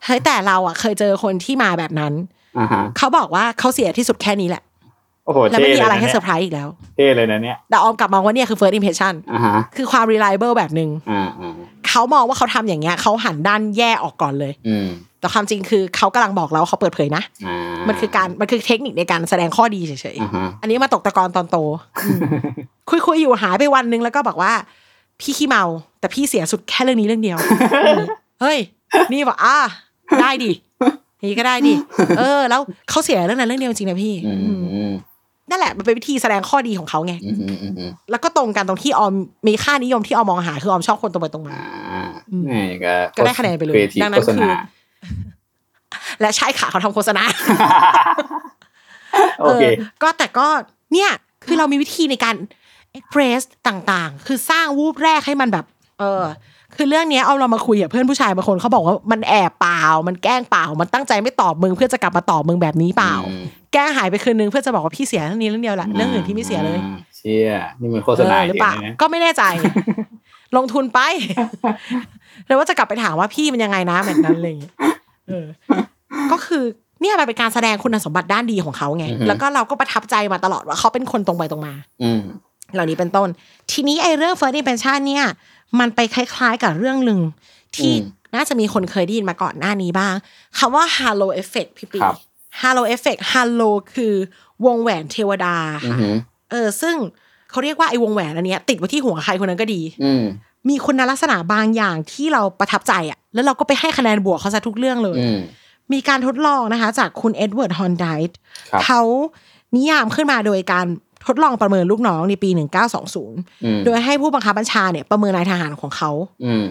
Speaker 3: เฮ้ยแต่เราอ่ะเคยเจอคนที่มาแบบนั้น
Speaker 4: อ่าฮะ
Speaker 3: เขาบอกว่าเขาเสียที่สุดแค่นี้แหละ
Speaker 4: โอ้โห
Speaker 3: แล้วไม่มีอะไร
Speaker 4: ท่ลยน
Speaker 3: ให้เซอ
Speaker 4: นี่ย
Speaker 3: ร์ไพรส์อีกแล้ว
Speaker 4: เท่เลยนะเนี่ย
Speaker 3: แต่ออมกลับมองว่าเนี่ยคือ first impression
Speaker 4: อ่าฮะ
Speaker 3: คือความ reliable แบบหนึ่ง
Speaker 4: อ่าอ่า
Speaker 3: เขามองว่าเขาทำอย่างเงี้ยเขาหันด้านแย่ออกก่อนเลย
Speaker 4: อืม
Speaker 3: แต่ความจริงคือเขากำลังบอกเราว่าเขาเปิดเผยนะ
Speaker 4: อ่า
Speaker 3: มันคือการมันคือเทคนิคในการแสดงข้อดีเฉยๆ
Speaker 4: อ่าฮะ
Speaker 3: อันนี้มาตกตะกอนตอนโต คุยคุยๆอยู่หายไปวันหนึงแล้วก็บอกว่า พี่ขี้เมา แต่พี่เสียสุดแค่เรื่องนี้เรื่องเดียว เฮ้ย นี่บอกอ่าได้ดิอย่างนี่ก็ได้ดิเออ แล้วเขาเสียเรื่องนั้นเรื่องเดียวจริงนะพี่
Speaker 4: อืมอืมอืม
Speaker 3: นั่นแหละมันเป็นวิธีแสดงข้อดีของเขาไง
Speaker 4: อืมอืมอืม
Speaker 3: แล้วก็ตรงกันตรงที่ออมมีค่านิยมที่ออมมองหาคือออมชอบคนตรงไปตรงมา
Speaker 4: อ่า
Speaker 3: อืม
Speaker 4: นี่ก็
Speaker 3: ก็ได้คะแนนไปเลย
Speaker 4: ครีเอทีฟ
Speaker 3: ดังนั้
Speaker 4: โฆษ
Speaker 3: นคือ
Speaker 4: ณา
Speaker 3: และใช่ค่ะเขาทำโฆษณา
Speaker 4: โอเค
Speaker 3: ก็แต่ก็เนี่ยคือเรามีวิธีในการเอ็กเพรสต่างๆ คือสร้างวูบแรกให้มันแบบ เออ คือเรื่องเนี้ยเอาเรามาคุยกับเพื่อนผู้ชายบางคนเขาบอกว่ามันแอบเปล่า มันแกล้งเปล่า มันตั้งใจไม่ตอบมึงเพื่อจะกลับมาตอบมึงแบบนี้เปล่า
Speaker 4: อืม
Speaker 3: แกล้งหายไปคืนนึงเพื่อจะบอกว่าพี่เสียเรื่องนี้เรื่องเดียวแหละเรื่องอื่นพี่ไม่เสียเลย
Speaker 4: อ่าเชี่ยนี่มันโฆษณา
Speaker 3: เออหรือเปล่า
Speaker 4: งนะ
Speaker 3: ก็ไม่แน่ <laughs> ใจ ลงทุน <laughs> ไป แล้วว่าจะกลับไปถามว่าพี่มันยังไงนะแบบนั้นอะไรอย่างเงี้ย <laughs> เออ ก็คือเนี่ยมันเป็นการแสดงคุณสมบัติด้านดีของเขาไง แล้วก็เราก็ประทับใจมาตลอดว่าเขาเป็นคนตรงไปตรงมา
Speaker 4: อืม
Speaker 3: เหล่านี้เป็นต้น ทีนี้ไอ้เรื่อง first impression เนี่ย มันไปคล้ายๆกับเรื่องหนึ่งที่น่าจะมีคนเคยได้ยินมาก่อนหน้านี้บ้างคำว่า halo effect พี่ปี halo effect halo คือวงแหวนเทวดา
Speaker 4: อื
Speaker 3: ค่ะ
Speaker 4: ม
Speaker 3: เออ ซึ่งเขาเรียกว่าไอ้วงแหวนอันเนี้ยติดไว้ที่หัวใครคนนั้นก็ดี
Speaker 4: อืม
Speaker 3: มีคุณลักษณะบางอย่างที่เราประทับใจอ่ะ แล้วเราก็ไปให้คะแนนบวกเขาซะทุกเรื่องเลย
Speaker 4: อืม
Speaker 3: มีการทดลองนะคะ จากคุณเอ็ดเวิร์ดฮอนไดท์
Speaker 4: ครับ
Speaker 3: เขานิยามขึ้นมาโดยการทดลองประเมินลูกน้องในปี 1920
Speaker 4: อืม
Speaker 3: โดยให้ผู้บังคับบัญชาเนี่ยประเมินนายทหารของเขา
Speaker 4: อืม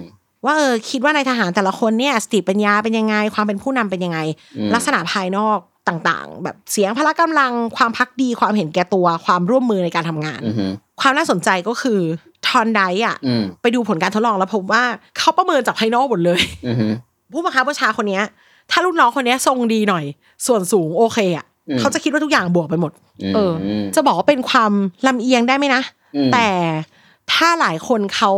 Speaker 3: ว่าเออคิดว่านายทหารแต่ละคนเนี่ยสติปัญญาเป็นยังไง ความเป็นผู้นำเป็นยังไง
Speaker 4: อืม
Speaker 3: ลักษณะภายนอกต่างๆ แบบเสียงพละกำลัง ความพักดีความเห็นแก่ตัว ความร่วมมือในการทำงาน
Speaker 4: อืม
Speaker 3: ความน่าสนใจก็คือทอนไดท์อ่ะ
Speaker 4: อืม
Speaker 3: ไปดูผลการทดลองแล้วพบว่าเขาประเมินจากภายนอกหมดเลย <laughs>
Speaker 4: อืม
Speaker 3: ผู้บังคับบัญชาคนเนี้ย ถ้าลูกน้องคนเนี้ยทรงดีหน่อย ส่วนสูงโอเคอ่ะ
Speaker 4: อืม
Speaker 3: เขาจะคิดว่าทุกอย่างบวกไปหมด
Speaker 4: ม
Speaker 3: เออ จะบอกว่าเป็นความลำเอียงได้ไหมนะ
Speaker 4: ม
Speaker 3: แต่ถ้าหลายคนเขา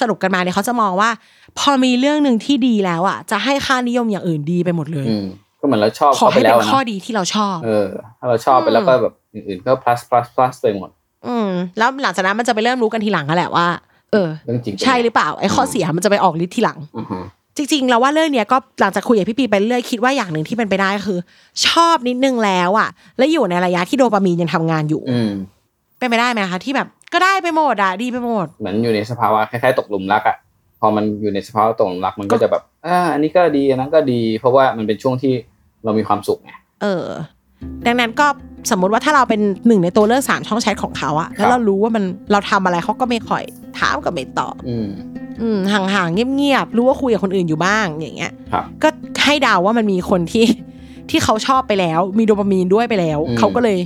Speaker 3: สรุปกันมาเนี่ยเขาจะมองว่า พอมีเรื่องหนึ่งที่ดีแล้วอ่ะ จะให้ค่านิยมอย่างอื่นดีไปหมดเลย
Speaker 4: อืมก็เหมือนเราชอบ
Speaker 3: ขอ
Speaker 4: เขาไป
Speaker 3: ให้
Speaker 4: แล้ว
Speaker 3: เป็น
Speaker 4: อะ
Speaker 3: ข้อ
Speaker 4: เนาะ
Speaker 3: ดีที่เราชอบ
Speaker 4: เออ ถ้าเราชอบไปแล้ว
Speaker 3: อืม
Speaker 4: ก็แบบอื่นๆก็ plus plus plus ไปหมด
Speaker 3: อืมแล้วหลังจากนั้นมันจะไปเริ่มรู้กันทีหลังอะแหละว่า เออ
Speaker 4: เรื่องจริงเป็น
Speaker 3: ใช่หรือ
Speaker 4: ไง
Speaker 3: เปล่าไอ้ข้อเสียมันจะไปออกฤทธิ์ทีหลัง
Speaker 4: อ่าฮะ
Speaker 3: จริงๆ แล้วว่าเรื่องเนี้ยก็หลังจากคุยกับพี่ปีไปเรื่อยคิดว่าอย่างหนึ่งที่เป็นไปได้คือ ชอบนิดนึงแล้วอ่ะ และอยู่ในระยะที่โดปามีนยังทำงานอยู่
Speaker 4: อืม
Speaker 3: เป็นไปได้ไหมคะที่แบบก็ได้ไปหมดอ่ะดีไปหมด
Speaker 4: เหมือนอยู่ในสภาวะคล้ายๆตกหลุมรักอ่ะพอมันอยู่ในสภาวะตกหลุมรักมันก็จะแบบอ่าอันนี้ก็ดีอันนั้นก็ดี เพราะว่ามันเป็นช่วงที่เรามีความสุขไง
Speaker 3: เออ ดังนั้นก็สมมติว่าถ้าเราเป็นหนึ่งในตัวเลือกสามช่องแชทของเขาอะแล้วเรารู้ว่ามันเราทำอะไรเขาก็ไม่ค่อยถามก็ไม่ตอบ
Speaker 4: อืม
Speaker 3: อืมห่างๆเงียบๆรู้ว่าคุยกับคนอื่นอยู่บ้างอย่างเงี้ย
Speaker 4: ครับ
Speaker 3: ก็ให้เดาวว่ามันมีคนที่ <laughs> ที่เขาชอบไปแล้ว มีโดปามีนด้วยไปแล้ว
Speaker 4: อืม
Speaker 3: เขาก็เลย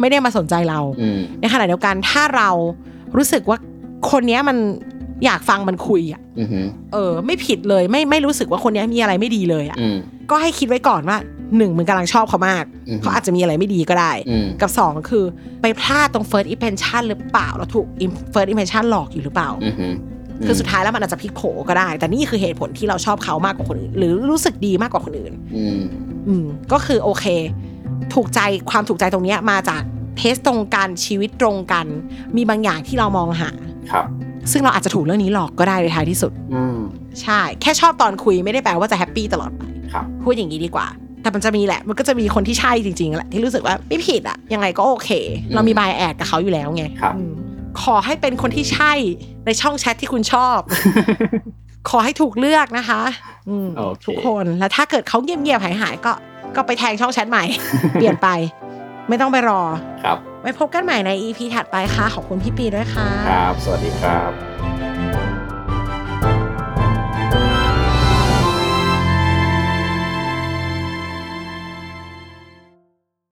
Speaker 3: ไม่ได้มาสนใจเรา
Speaker 4: อืม
Speaker 3: ในขณะเดียวกันถ้าเรารู้สึกว่าคนเนี้ยมันอยากฟังมันคุยอ่ะ
Speaker 4: อืมฮึ
Speaker 3: เออ ไม่ผิดเลยไม่ไม่รู้สึกว่าคนเนี้ยมีอะไรไม่ดีเลยอ่ะ
Speaker 4: อืม
Speaker 3: ก็ให้คิดไว้ก่อนว่าหนึ่งมึงกำลังชอบเขามาก
Speaker 4: อือฮึ
Speaker 3: เขาอาจจะมีอะไรไม่ดีก็ได้
Speaker 4: อืม
Speaker 3: กับสองคือไปพลาดตรง first impression หรือเปล่าเราถูก first impression หลอกอยู่หรือเปล่า
Speaker 4: อืมฮึ
Speaker 3: คือสุดท้ายแล้วมันอาจจะพลิกโผก็ได้ แต่นี่คือเหตุผลที่เราชอบเขามากกว่าคนอื่น หรือรู้สึกดีมากกว่าคนอื่น
Speaker 4: อืม
Speaker 3: อืมก็คือโอเค ถูกใจความถูกใจตรงเนี้ยมาจากเทสตรงกันชีวิตตรงกัน มีบางอย่างที่เรามองหา
Speaker 4: ครับ
Speaker 3: ซึ่งเราอาจจะถูกเรื่องนี้หลอกก็ได้ในท้ายที่สุด
Speaker 4: อืม
Speaker 3: ใช่ แค่ชอบตอนคุยไม่ได้แปลว่าจะแฮปปี้ตลอดไป
Speaker 4: ครับ <laughs>
Speaker 3: พูดอย่างนี้ดีกว่า แต่มันจะมีแหละ มันก็จะมีคนที่ใช่จริงๆแหละที่รู้สึกว่าไม่ผิดอะยังไงก็โอเค เรามีบายแอดกับเขาอยู่แล้วไง
Speaker 4: ครับ
Speaker 3: อืมขอให้เป็นคนที่ใช่ในช่องแชทที่คุณชอบ ขอให้ถูกเลือกนะคะอืม
Speaker 4: โอเค
Speaker 3: ทุกคนแล้วถ้าเกิดเขาเงียบๆหายหายๆก็ก็ไปแทงช่องแชทใหม่ <laughs> เปลี่ยนไป ไม่ต้องไปรอ
Speaker 4: ครับ
Speaker 3: ไว้พบกันใหม่ใน EP ถัดไปค่ะ ขอบคุณพี่ปีด้วยค่ะ
Speaker 4: ครับ สวัสดีครับ